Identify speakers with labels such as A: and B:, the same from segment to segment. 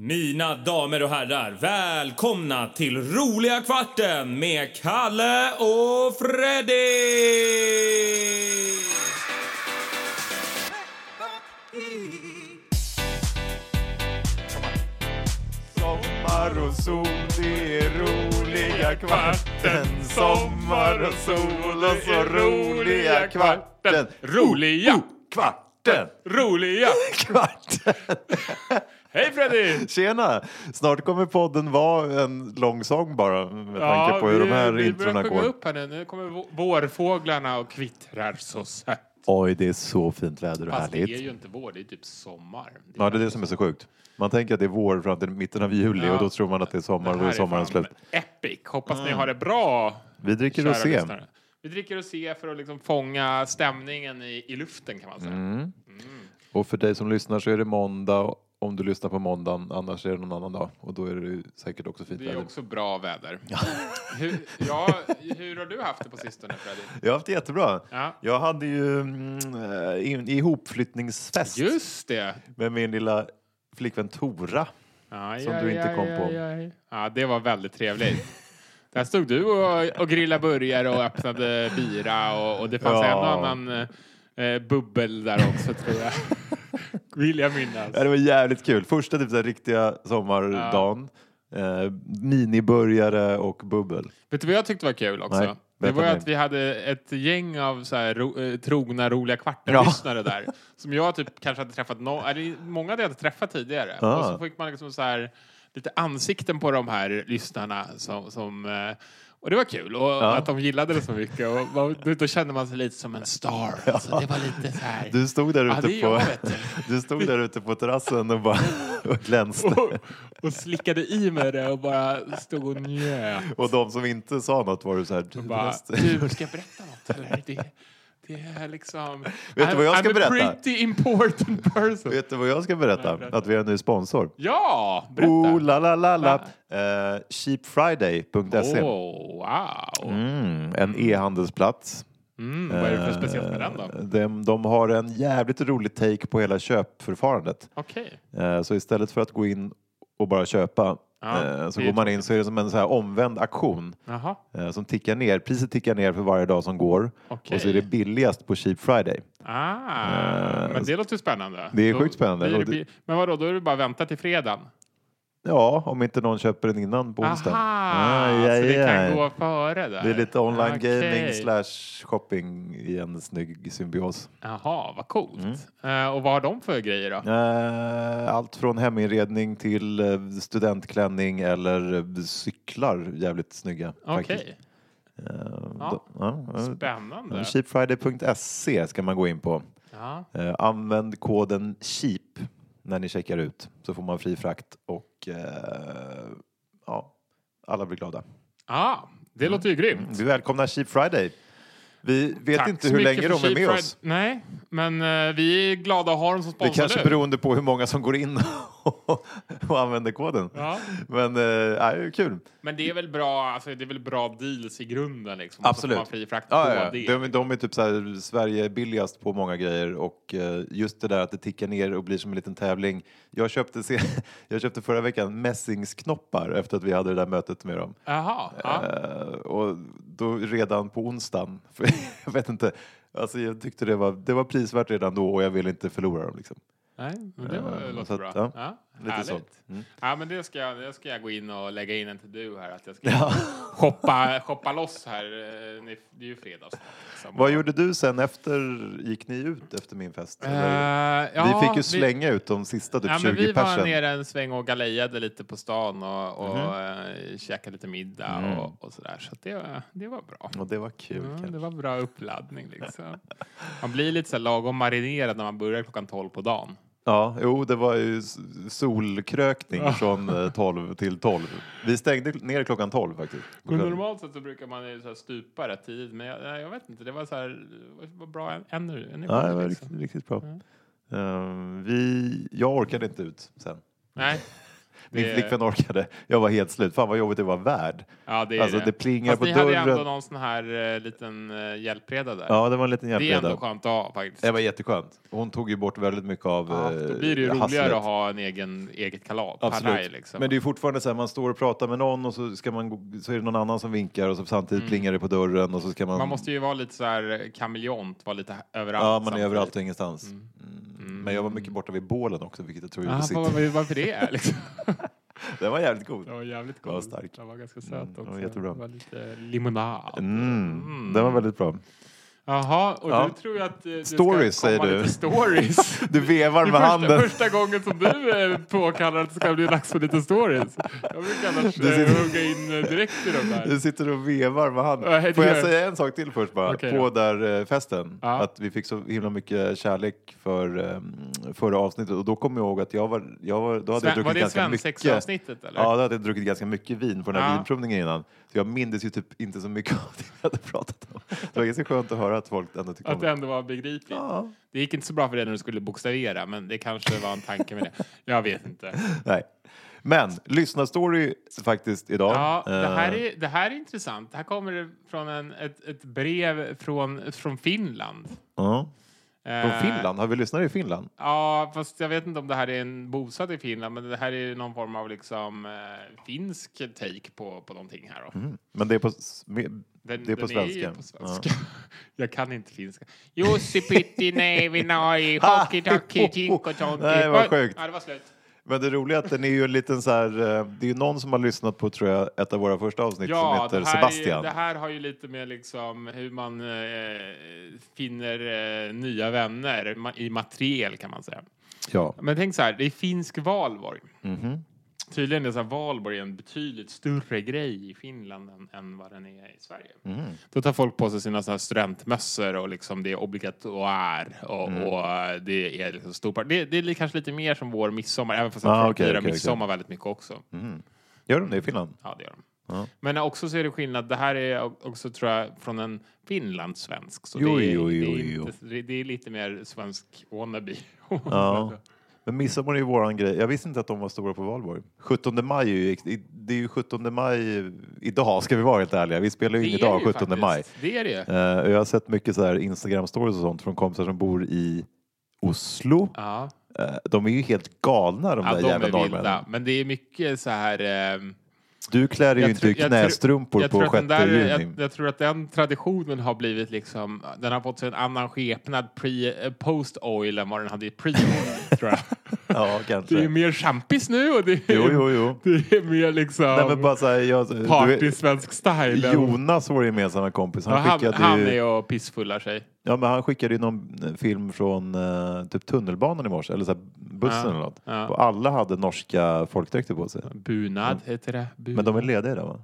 A: Mina damer och herrar, välkomna till Roliga Kvarten med Kalle och Freddy!
B: Sommar och sol, det är roliga kvarten Sommar och sol och så roliga kvarten Oh,
A: Roliga!
B: Kvarten!
A: Roliga!
B: Kvarten!
A: Hej Freddy!
B: Tjena! Snart kommer podden vara en lång sång bara med tanke på hur de här introna
C: Vi börjar sjunga
B: går.
C: upp här nu. Nu kommer vå- vårfåglarna och kvittrar så sött.
B: Oj, det är så fint väder och
C: Fast det är
B: härligt.
C: ju inte vår, det är typ sommar. Det
B: Ja, det är det som är så sjukt. Man tänker att det är vår fram till mitten av juli och då tror man att det är sommar och
C: här
B: då är sommaren
C: fan
B: slut.
C: Epic. Hoppas ni har det bra.
B: Vi dricker
C: kära
B: rosé.
C: lyssnare. Vi dricker och se för att liksom fånga stämningen i, i luften kan man säga.
B: Och för dig som lyssnar så är det måndag om du lyssnar på måndagen, annars är det någon annan dag. Och då är det ju säkert också fint
C: Det är
B: väder.
C: också bra väder. hur, ja, hur har du haft det på sistone Freddy?
B: Jag har haft det jättebra.
C: Ja.
B: Jag hade ju mm, eh, in- ihopflyttningsfest
C: Just det.
B: med min lilla flickvän Tora.
C: Aj,
B: Som du inte kom på.
C: aj. Ja, det var väldigt trevligt. Där stod du och, och grillade burgare och öppnade bira och, och det fanns
B: Ja.
C: en och annan eh, bubbel där också tror jag. Vill jag minnas.
B: Ja, det var jävligt kul. Första typ, så här, riktiga sommardagen. Eh, miniburgare och bubbel.
C: Vet du vad jag tyckte var kul också?
B: Nej,
C: det
B: berätta
C: var ju
B: mer.
C: att vi hade ett gäng av så här ro, eh, trogna, roliga kvartenlyssnare där. Som jag typ kanske hade träffat no, eller många hade jag inte träffat tidigare.
B: Ah.
C: Och så fick man liksom så här lite ansikten på de här lyssnarna som... som eh, och det var kul, och att de gillade det så mycket. Och, man- då- då kände man sig lite som en star. Så det var lite så här...
B: Du stod där
C: Ja,
B: ute
C: det är
B: på,
C: jag, vet
B: du stod där ute på terrassen och bara och glänste.
C: Och, och slickade i mig det och bara stod och njöt.
B: Och de som inte sa något var du så här... Du,
C: Bara,
B: förresten.
C: du, ska jag berätta något eller? Det, det är liksom...
B: Vet du vad jag ska
C: I'm
B: berätta?
C: a pretty important person.
B: Vet du vad jag ska berätta? Att vi har en ny sponsor.
C: Ja, berätta.
B: Oh, la, la, la, la. Eh, cheapfriday.se.
C: Oh, wow.
B: Mm, eh, en e-handelsplats.
C: Mm, vad är det för speciellt med den då?
B: De, de har en jävligt rolig take på hela köpförfarandet.
C: Okej.
B: Eh, Så istället för att gå in och bara köpa
C: Ja,
B: eh, så
C: det är
B: går man in så är det som en så här omvänd auktion
C: Jaha.
B: eh, som tickar ner. Priset tickar ner för varje dag som går
C: Okej.
B: och så är det billigast på Cheap Friday.
C: Ah, men det låter ju spännande.
B: eh, det är
C: Då
B: sjukt spännande.
C: blir
B: Och det-
C: bi- men vadå, då är det bara att vänta till fredagen?
B: Ja, om inte någon köper den innan på onsdagen.
C: Aha,
B: Ja, ja,
C: så det
B: ja.
C: kan gå före där?
B: Det är lite online
C: Okej.
B: gaming slash shopping i en snygg symbios.
C: Jaha, vad coolt.
B: Mm.
C: Eh, och vad har de för grejer då?
B: Eh, Allt från heminredning till eh, studentklänning eller eh, cyklar jävligt snygga.
C: Okej,
B: faktiskt. Eh,
C: Ja.
B: då- ja, eh,
C: spännande.
B: Cheapfriday.se ska man gå in på.
C: Ja.
B: Eh, Använd koden CHEAP när ni checkar ut så får man fri frakt och eh, ja, alla blir glada.
C: Ja, det
B: Mm.
C: låter ju grymt.
B: Vi välkomnar Cheap Friday. Vi vet
C: Tack
B: inte
C: så
B: hur
C: mycket
B: länge
C: för
B: de är
C: Cheap
B: med
C: Friday.
B: oss.
C: Nej, men eh, vi är glada att ha dem som
B: Det
C: sponsor
B: är kanske
C: nu.
B: beroende på hur många som går in och, och använder koden.
C: Ja.
B: Men eh, ja, det är kul.
C: Men det är väl bra, alltså, det är väl bra deals i grunden liksom. Och Så får man fri frakt på
B: Ja, ja.
C: det.
B: De, de är typ så här, Sverige är billigast på många grejer och eh, just det där att det tickar ner och blir som en liten tävling. Jag köpte, se, jag köpte förra veckan mässingsknoppar efter att vi hade det där mötet med dem.
C: Jaha, ja.
B: Eh, och då redan på onsdagen, för jag vet inte, alltså jag tyckte det var, det var prisvärt redan då och jag ville inte förlora dem liksom.
C: Nej, men det var,
B: Eh,
C: låter
B: så att,
C: bra.
B: ja,
C: Ja,
B: lite
C: härligt.
B: så. Mm.
C: Ja, men det ska, jag, det ska jag gå in och lägga in en till du här. Att jag ska shoppa, shoppa loss här. eh, ni- Det är ju fredag snart, liksom.
B: Vad gjorde du sen efter, gick ni ut efter min fest?
C: Eh,
B: eller?
C: ja,
B: vi fick ju slänga ut de sista typ
C: ja, men
B: 20
C: vi var
B: persen.
C: nere en sväng och galejade lite på stan och, och
B: Mhm.
C: eh, käkade lite middag och, och sådär. Så att det, var- det var bra.
B: Och det var kul
C: Ja,
B: Mm. kanske.
C: det var bra uppladdning liksom. Man blir lite så här lagom marinerad när man börjar klockan 12 på dagen.
B: Ja, jo, det var ju s- solkrökning från eh, 12 till 12. Vi stängde ner klockan 12 faktiskt. på
C: Men
B: kvällen.
C: normalt sett så brukar man ju så här stupa rätt tidigt, men jag, jag vet inte, det var så här, det var bra en- ener- energi.
B: Ja, det var
C: liksom.
B: riktigt, riktigt bra. Ehm, vi, jag orkade inte ut sen.
C: Nej.
B: Min
C: Det-
B: flickvän orkade. Jag var helt slut. Fan vad jobbigt det var värd.
C: Ja, det är
B: Alltså, det plingar
C: Fast
B: på
C: ni hade ju ändå
B: dörren.
C: någon sån här eh, liten eh, hjälpreda där.
B: Ja, det var en liten
C: det är ändå
B: hjälpreda.
C: skönt att ha faktiskt.
B: Det var jätteskönt. Hon tog ju bort väldigt mycket av
C: Ja,
B: eh,
C: då blir det ju roligare
B: hasslet.
C: att ha en egen, eget kalas, paraj
B: Absolut.
C: liksom.
B: Men det är ju fortfarande så här, man står och pratar med någon och så, ska man gå, så är det någon annan som vinkar och så samtidigt plingar det på dörren och så ska man...
C: Mm. Man måste ju vara lite så här eh, kameleont, vara lite överallt.
B: ja, man är
C: samtidigt.
B: överallt och ingenstans. Mm. Men jag var mycket borta vid bålen också, vilket jag tror gjorde
C: Ah,
B: sitt.
C: vad- vad- varför det? Liksom.
B: Den var jävligt god.
C: Det var jävligt
B: Den
C: god.
B: var stark.
C: Den var ganska söt
B: den
C: också.
B: var jättebra.
C: Det var lite limonad.
B: Mm. Den var väldigt bra.
C: Jaha, och
B: Ja.
C: du tror jag att eh, du
B: Stories,
C: ska komma
B: säger du.
C: lite stories.
B: Du vevar
C: Det
B: med
C: är första,
B: handen.
C: första gången som du eh, påkallar att det ska bli dags för lite stories. Jag brukar annars
B: Du
C: eh,
B: sitter-
C: hugga in eh, direkt i de där.
B: Du sitter och vevar med
C: Ja,
B: handen.
C: det
B: Får jag
C: gör jag.
B: säga en sak till först bara?
C: Okej
B: på
C: då.
B: där eh, festen.
C: Ja.
B: Att vi fick så himla mycket kärlek för eh, förra avsnittet. Och då kom jag ihåg att jag var... Jag var då hade jag
C: Sven-
B: druckit
C: var det
B: ganska mycket...
C: svensexavsnittet eller?
B: Ja, då hade jag druckit ganska mycket vin på den här
C: Ja.
B: vinprovningen innan. Så jag mindes ju typ inte så mycket av det vi hade pratat om. Det var ganska skönt att höra att folk ändå tyckte om
C: Att det
B: det.
C: ändå var begripligt.
B: Ja.
C: Det gick inte så bra för dig när du skulle bokstavera, men det kanske var en tanke med det. Jag vet inte.
B: Nej. Men lyssnarstory faktiskt idag.
C: Ja, det här
B: Eh,
C: är, det här är intressant. Det här kommer det från en, ett, ett brev från, från Finland.
B: ja.
C: Eh,
B: Från Finland? Har vi lyssnare i Finland?
C: Ja, fast jag vet inte om det här är en bosatt i Finland, men det här är någon form av liksom eh, finsk take på, på någonting här då.
B: Men det är på, s- med-
C: Den-
B: Mm, det är på
C: den ju
B: svenska.
C: på
B: Ja.
C: svenska. Jag kan inte finska. Jussi Pytti Neivinai, Hockey Dockey Tinkotonki.
B: Nej, vad
C: Oj,
B: sjukt.
C: Ja, det var slut.
B: Men det roliga är att den är ju en liten så här, eh, det är ju någon som har lyssnat på tror jag ett av våra första avsnitt som
C: Ja,
B: heter
C: det här,
B: Sebastian.
C: Är, det här har ju lite med liksom hur man eh, finner eh, nya vänner ma- i materiel kan man säga.
B: Ja.
C: Men tänk så här, det är finsk Valborg.
B: Mhm.
C: Tydligen är så här, Valborg en betydligt större grej i Finland än, än vad den är i Sverige.
B: Mhm.
C: Då tar folk på sig sina så här studentmössor och liksom det är obligatoire och,
B: Mm.
C: och det är liksom stor part. Det, det är kanske lite mer som vår midsommar, även fast
B: Ah,
C: ah, folk
B: okej,
C: firar
B: okej, okej.
C: midsommar väldigt mycket också.
B: Gör de det i Finland?
C: Ja, det gör de. Men också så är det skillnad. Det här är också, tror jag, från en finlandssvensk. Så
B: Jo,
C: det, är,
B: jo, jo,
C: det, är
B: jo.
C: Inte, det- det är lite mer svensk wannabe.
B: Ja. Men midsommar är ju våran grej. Jag visste inte att de var stora på valborg. 17 maj är ju, ex- i- det är ju 17 maj idag, ska vi vara helt ärliga. Vi spelar ju
C: Det
B: in
C: är
B: idag,
C: ju
B: 17
C: faktiskt.
B: maj.
C: Det är det ju.
B: Eh, och jag har sett mycket så här Instagram-stories och sånt från kompisar som bor i Oslo.
C: Ja,
B: Eh, de är ju helt galna de
C: ja
B: där
C: de
B: jävla
C: är
B: norrmännen.
C: vilda. Men det är mycket så här... ehm,
B: Du klär dig ju inte
C: tror-
B: i knästrumpor
C: jag
B: på
C: tror att
B: 6
C: den där,
B: juni.
C: jag, jag tror att den traditionen har blivit liksom, den har fått sig en annan skepnad pre, eh, post-oil än vad den hade i pre-oil, tror jag.
B: Ja,
C: Det
B: kanske.
C: är mer champis nu och det är,
B: Jo, jo, jo.
C: Det är mer liksom...
B: Nej, men bara så här, jag, du
C: Party
B: vet,
C: svensk style.
B: Jonas, vår gemensamma kompis,
C: Ja,
B: han,
C: han,
B: skickade
C: han
B: ju,
C: är och pissfullar sig.
B: ja, men han skickade ju någon film från eh, typ tunnelbanan i morse, eller så här, bussen eller något.
C: ja.
B: Och alla hade norska folkdräkter på sig.
C: Bunad heter det. Bunad.
B: Men de är lediga där va?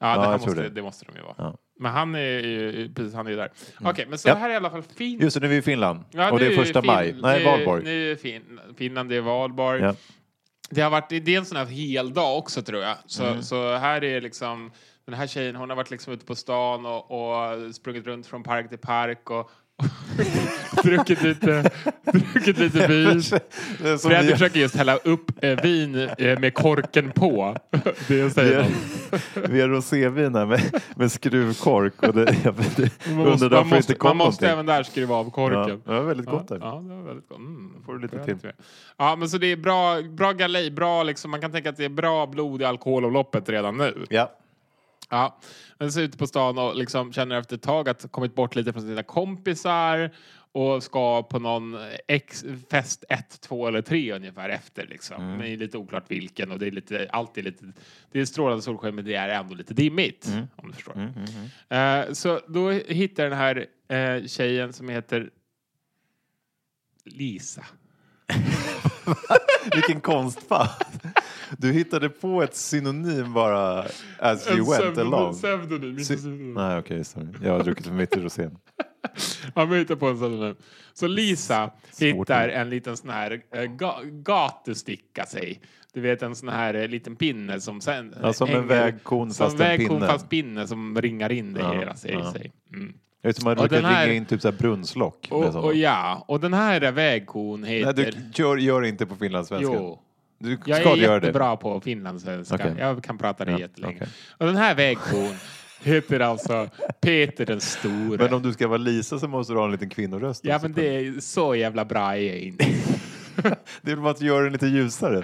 C: ja, det,
B: jag
C: här
B: tror
C: måste,
B: det.
C: det. måste de ju vara. Men han är ju precis, han är ju där. Okej, men så
B: Mm. Ja.
C: det här är i alla fall fint.
B: Just det, nu är vi i Finland.
C: Ja,
B: och det
C: nu
B: är första
C: Fin-
B: maj. Nej,
C: nu-
B: valborg.
C: Nu är fin, Finland, det är valborg.
B: Ja.
C: Det har varit, det är en sån här hel dag också tror jag. Så,
B: Mm.
C: så här är liksom, den här tjejen hon har varit liksom ute på stan och, och sprungit runt från park till park och, och druckit lite, druckit lite vin.
B: Det är som
C: Fredrik
B: vi-
C: försöker just hälla upp eh, vin eh, med korken på. Det
B: Vi
C: säger
B: har,
C: man.
B: vi har rosévin här med, med skruvkork och det, jag
C: Man
B: undrar
C: måste, man
B: varför det
C: måste,
B: inte kom
C: man måste
B: någonting.
C: även där skriva av
B: Ja,
C: korken.
B: det var väldigt gott där.
C: Ja, ja, det var väldigt gott. Mm,
B: Får du lite
C: skönt
B: till.
C: ju. Ja, men så det är bra, bra galej, bra liksom. Man kan tänka att det är bra blod i alkoholavloppet redan nu.
B: Ja.
C: Ja, men så ute på stan och liksom känner efter ett tag att kommit bort lite från sina kompisar och ska på någon ex, fest 1, 2 eller 3 ungefär efter. Liksom.
B: Mm.
C: Men det är lite oklart vilken och det är lite, alltid lite... Det är strålande solsken men det är ändå lite dimmigt.
B: Mm.
C: Om du förstår. Eh, så då hittar den här eh, tjejen som heter Lisa.
B: Vilken konstpaus. Du hittade på ett synonym bara as you went along.
C: pseudonym. inte
B: Sy-
C: pseudonym.
B: Nej, okej, sorry. Jag har druckit för mycket rosén.
C: Han hittar på en sån nu. Så Lisa hittar
B: ord.
C: en liten sån här eh, ga- gatusticka sig. Du vet en sån här eh, liten pinne som sen...
B: Ja, som en
C: hänger-
B: vägkon,
C: som
B: fast en
C: vägkon,
B: pinne.
C: fast pinne som ringar in dig i hela sig.
B: ja.
C: sig. Mm.
B: Det är som att
C: Och
B: man
C: den
B: brukar
C: här-
B: ringa in typ så här brunnslock. med
C: Och,
B: sådana.
C: och ja, och den här vägkon heter...
B: Nej, du, gör, gör inte på finlandssvenska.
C: jo.
B: Du ska
C: Jag är
B: göra det.
C: jättebra på finlandssvenska.
B: Okej.
C: Jag kan prata det
B: Ja,
C: jättelänge.
B: okej.
C: Och den här vägkon heter alltså Peter den store.
B: Men om du ska vara Lisa så måste du ha en liten kvinnoröst.
C: Ja,
B: också.
C: men det är så jävla bra är jag inte.
B: det är väl bara att göra den lite ljusare.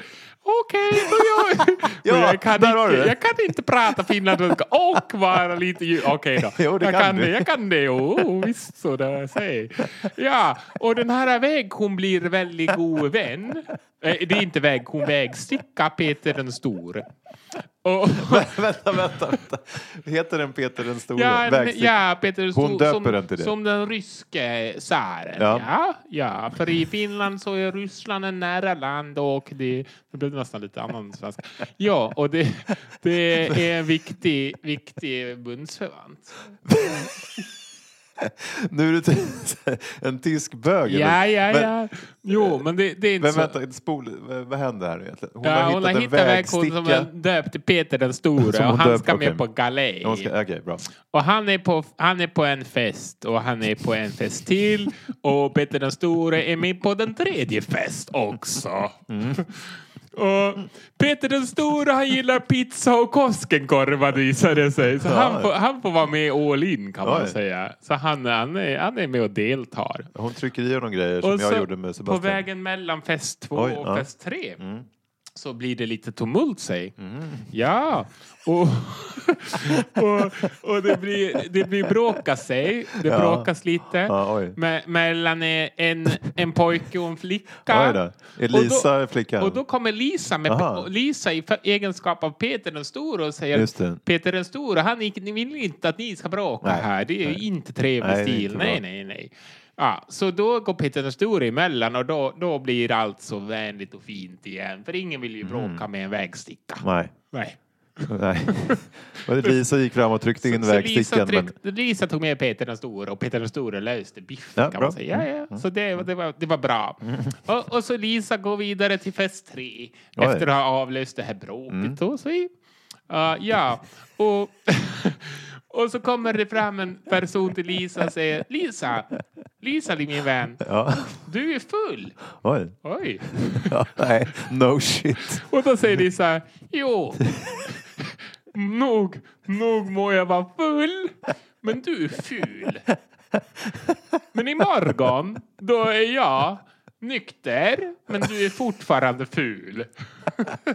C: Okej, då jag,
B: Ja,
C: Men jag, kan
B: där har du
C: inte,
B: det.
C: jag kan inte prata finlandssvenska och vara lite ljus. Okej då.
B: Jo, det
C: jag
B: kan du.
C: det. Jag kan det. Oh, visst, så där säger. Ja, och den här väg, hon blir väldigt god vän. Eh, Det är inte väg, hon vägsticka Peter den store. Och,
B: vänta, vänta, vänta. Heter den Peter den store?
C: ja,
B: Vägstick-
C: ja, Peter den
B: Hon
C: Stor-
B: döper
C: som,
B: den till det.
C: Som den ryske tsaren. Ja.
B: Ja.
C: Ja, för i Finland så är Ryssland en nära land och det... Nu blev det nästan lite annan svenska. Ja, och det, det är en viktig, viktig bundsförvant.
B: Nu är det ty- en tysk bög. eller?
C: Ja, ja,
B: Men-
C: ja. Jo, men det, det är inte
B: Men
C: så...
B: vänta, spol, vad- vad händer här egentligen? Hon
C: ja, hon har hittat en vägkon som är
B: vägsticka.
C: döpt till Peter den store
B: Som
C: och
B: hon
C: han
B: döpt,
C: ska med
B: okej.
C: på galej.
B: Hon ska- Okej, bra.
C: Och han är, på, han är på en fest och han är på en fest till och Peter den store är med på den tredje fest också. Och Peter den store han gillar pizza och Koskenkorva visar det sig. Så han, får, han får vara med all in kan man
B: Oj.
C: säga. Så han, han, är, han är med och deltar.
B: Hon trycker i honom grejer som
C: Och
B: jag
C: så
B: gjorde med
C: på
B: Sebastian.
C: vägen mellan fest två
B: Oj,
C: och
B: ja. Mm.
C: fest tre så blir det lite tumult sig. Ja, och, och, och det blir, det blir bråka sig. Det bråkas lite
B: Ja, oj.
C: me, mellan en, en pojke och en
B: Oj
C: flicka.
B: då. Är Lisa
C: och då,
B: flickan?
C: Och då kommer Lisa, med,
B: Aha.
C: Lisa i för- egenskap av Peter den store och
B: Just
C: säger
B: det.
C: Peter den store, han gick- ni vill inte att ni ska bråka
B: Nej,
C: här. Det är
B: nej.
C: inte trevlig
B: Nej, det är
C: stil.
B: inte bra.
C: Nej, nej nej, nej. Ja, så då går Peter den store emellan och då, då blir allt så vänligt och fint igen. För ingen vill ju bråka med en vägsticka.
B: Nej.
C: Nej.
B: Mm. Nej. Och Lisa gick fram och tryckte in
C: Så Lisa,
B: vägstickan. Men...
C: tryckte, Lisa tog med Peter den store och Peter den store löste biffen
B: Ja, bra.
C: kan
B: Mm.
C: man säga. Ja, ja. Så det, var- det, var, det var bra. Och, och så Lisa går vidare till fest tre efter att ha avlöst det här bråket.
B: Mm.
C: Och så, i- Ja, ja, och, och så kommer det fram en person till Lisa och säger Lisa, Lisa min vän,
B: Ja.
C: du är full.
B: Oj.
C: Oj.
B: Ja, nej, no shit.
C: Och då säger Lisa, jo, nog, nog må jag vara full, men du är ful. Men imorgon, då är jag nykter, men du är fortfarande ful.
B: Det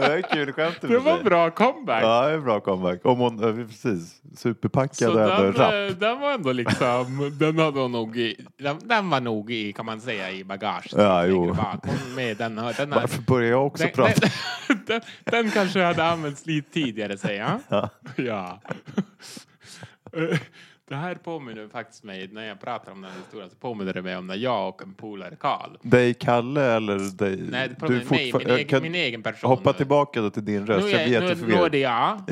B: var ett kul skämt. i och
C: Det
B: för sig.
C: var bra comeback.
B: Ja, det är en bra comeback. Om hon, ja, precis, superpackad
C: Så
B: och ändå
C: den,
B: rapp.
C: eh, den var ändå liksom, den hade hon nog i, den, den var nog i, kan man säga, i bagaget.
B: Ja, jo.
C: Längre bak. Hon Med den, här- den här,
B: Varför börjar jag också
C: den,
B: prata?
C: den, den, den kanske hade använts lite tidigare, säger jag.
B: Ja.
C: Ja. Eh, Det här påminner faktiskt mig, när jag pratar om den här historien, så påminner det mig om när jag och en polare, Karl.
B: Dig Kalle eller dig?
C: Nej, det
B: Du är
C: påminner mig,
B: fortfar-
C: min
B: jag
C: egen,
B: kan
C: min egen person.
B: Hoppa
C: nu.
B: tillbaka då till din röst,
C: Nu
B: jag blir
C: är, nu, nu är
B: jätteförvirrad.
C: det jag.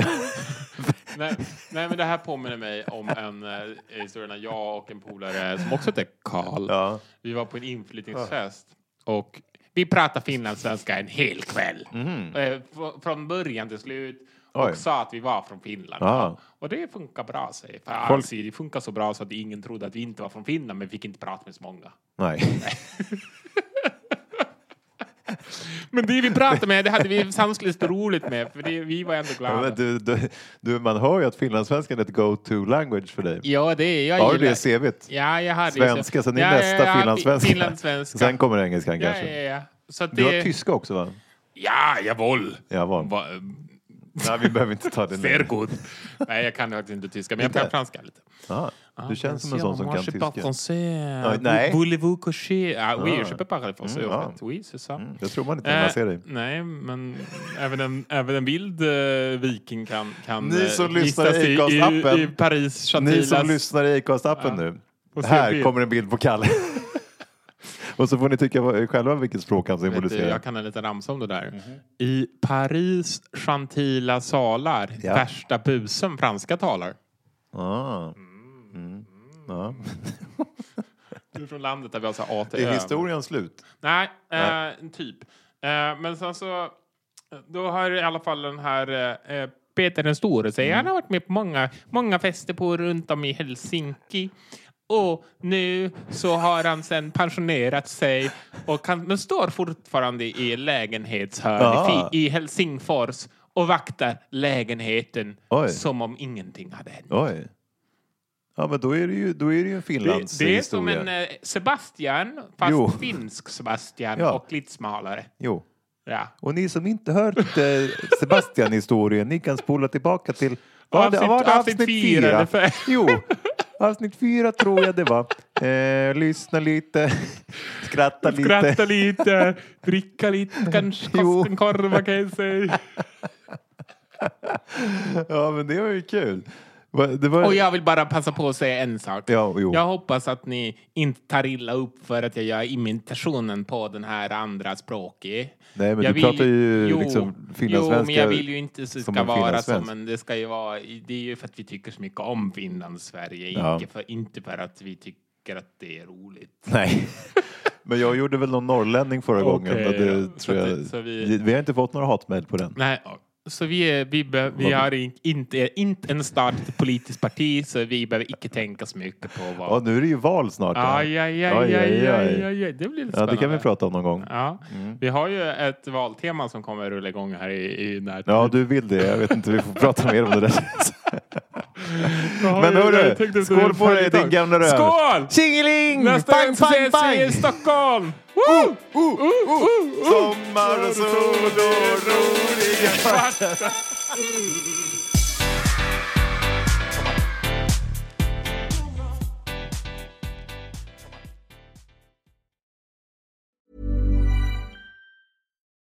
C: nej, nej, men det här påminner mig om en eh, historia när jag och en polare, som också heter Karl,
B: Ja.
C: vi var på en inflyttningsfest och vi pratade finlandssvenska en hel kväll. Eh, fr- Från början till slut. Och
B: Mhm. Oj.
C: sa att vi var från Finland.
B: Ja.
C: Och det funkar bra, säger för
B: Folk-
C: alltså, Det funkar så bra så att ingen trodde att vi inte var från Finland, men vi fick inte prata med så många.
B: Nej.
C: Men det vi pratade med, det hade vi sanslöst roligt med, för det, vi var ändå
B: Ja,
C: glada.
B: men du, du, du, man hör ju att finlandssvenskan är ett go-to language för dig.
C: Ja, det är jag.
B: Har du
C: gillar-
B: det cvt?
C: Ja, jag hade ju så-
B: Svenska, sen är
C: Ja,
B: nästa
C: ja, ja,
B: finlandssvenska.
C: finlandssvenska.
B: Sen kommer engelskan
C: ja, ja,
B: kanske.
C: ja. Så att
B: Du har
C: det-
B: tyska också va?
C: Ja, jawohl.
B: Jawohl.
C: Va,
B: Nej, vi behöver inte ta det
C: Sehr gut. Nej, jag kan faktiskt inte tyska, men jag kan franska lite.
B: Ah, du känns som en sån som kan tyska.
C: tyska.
B: nej.
C: Voulez-vous coucher? Ah, oui,
B: Ah.
C: je peux parler français.
B: Mm,
C: en
B: ja.
C: fait. Oui, c'est ça.
B: Jag tror man inte när man
C: Eh,
B: ser dig.
C: Nej, men även en, även en vild eh, viking kan, kan
B: Ni
C: eh,
B: som lyssnar
C: vistas
B: i Acast-appen.
C: i, i Paris
B: Ni
C: Chantilas.
B: som lyssnar i Acast-appen nu.
C: Och se
B: Här
C: bild.
B: kommer en bild på Kalle. Och så får ni tycka vad- själva vilket språk han
C: Vet du,
B: symboliserar.
C: jag kan en liten ramsa om det där.
B: Mhm.
C: I Paris Chantila salar,
B: Ja.
C: värsta busen franska talar.
B: Ah. Mm. Ja.
C: Du är från landet där vi har så här A till
B: Är
C: Ö.
B: historien slut?
C: Nej, Eh, typ. Eh, men sen så, då har i alla fall den här eh, Peter den store säger
B: Mm.
C: han har varit med på många, många fester på runt om i Helsinki. Och nu så har han sen pensionerat sig och kan, men står fortfarande i lägenhetshörn
B: Ah.
C: i, Fi- i Helsingfors och vaktar lägenheten
B: Oj.
C: som om ingenting hade hänt.
B: Oj. Ja, men då är det ju, då är det ju en
C: Det,
B: Finlands
C: det är som
B: historia.
C: en eh, Sebastian, fast
B: Jo.
C: finsk Sebastian
B: Ja.
C: och lite smalare.
B: Jo.
C: Ja.
B: Och ni som inte hört eh, Sebastian-historien, ni kan spola tillbaka till var det-
C: Avsnitt-
B: var det
C: avsnitt fyra eller fem?
B: Jo, avsnitt fyra tror jag det var. Eh, lyssna lite, skratta lite.
C: Skratta lite, dricka lite, kanske
B: Jo.
C: Koskenkorva kan jag säga.
B: Ja, men det var ju kul. Va- Det var...
C: Och jag vill bara passa på att säga en sak.
B: Ja, jo.
C: Jag hoppas att ni inte tar illa upp för att jag gör imitationen på den här andra språket.
B: Nej, men
C: jag
B: du pratar ju liksom
C: Jo, men
B: finlandssvenska
C: jag vill ju inte så det
B: som
C: ska
B: en
C: vara så,
B: finlandssvensk.
C: men det ska ju vara... Det är ju för att vi tycker så mycket om Finland-Sverige,
B: Ja.
C: inte, för, inte för att vi tycker att det är roligt.
B: Nej. Men jag gjorde väl någon norrlänning förra
C: Okej,
B: gången. Och det
C: ja.
B: tror jag...
C: Så att- så
B: vi...
C: vi-
B: har inte fått några hatmejl på den.
C: Nej, så vi, är- vi, be, vi har in- inte, inte en starkt politiskt parti, så vi behöver inte tänka så mycket på
B: Ja,
C: vad...
B: nu är det ju val snart. ja.
C: Aj, aj, aj,
B: Oj,
C: aj,
B: oj,
C: aj,
B: oj.
C: aj, aj. Det blir lite
B: Ja,
C: spännande.
B: det kan vi prata om Mm. någon gång.
C: Ja. Vi har ju ett valtema som kommer att rulla igång här i, i närtid.
B: Ja, du vill det. Jag vet inte, vi får prata mer om det där. Men
C: Jag tänkte
B: hörru,
C: att
B: skål på
C: det
B: dig din
C: företag.
B: gamla röv!
C: Skål!
B: Tjingeling!
C: Nästa
B: Pang,
C: gång så
B: pang,
C: ses vi
B: pang!
C: i Stockholm! Woo!
B: Oh, oh, Sommar och sol och roliga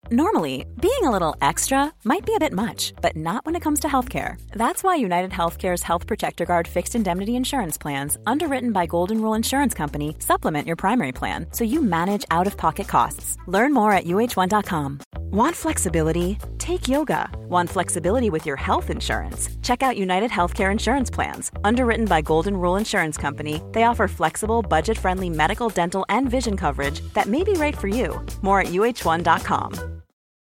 D: Normally, being a little extra might be a bit much, but not when it comes to healthcare. That's why United Healthcare's Health Protector Guard fixed indemnity insurance plans, underwritten by Golden Rule Insurance Company, supplement your primary plan so you manage out of pocket costs. Learn more at uh1.com. Want flexibility? Take yoga. Want flexibility with your health insurance? Check out United Healthcare Insurance Plans. Underwritten by Golden Rule Insurance Company, they offer flexible, budget friendly medical, dental, and vision coverage that may be right for you. More at uh1.com.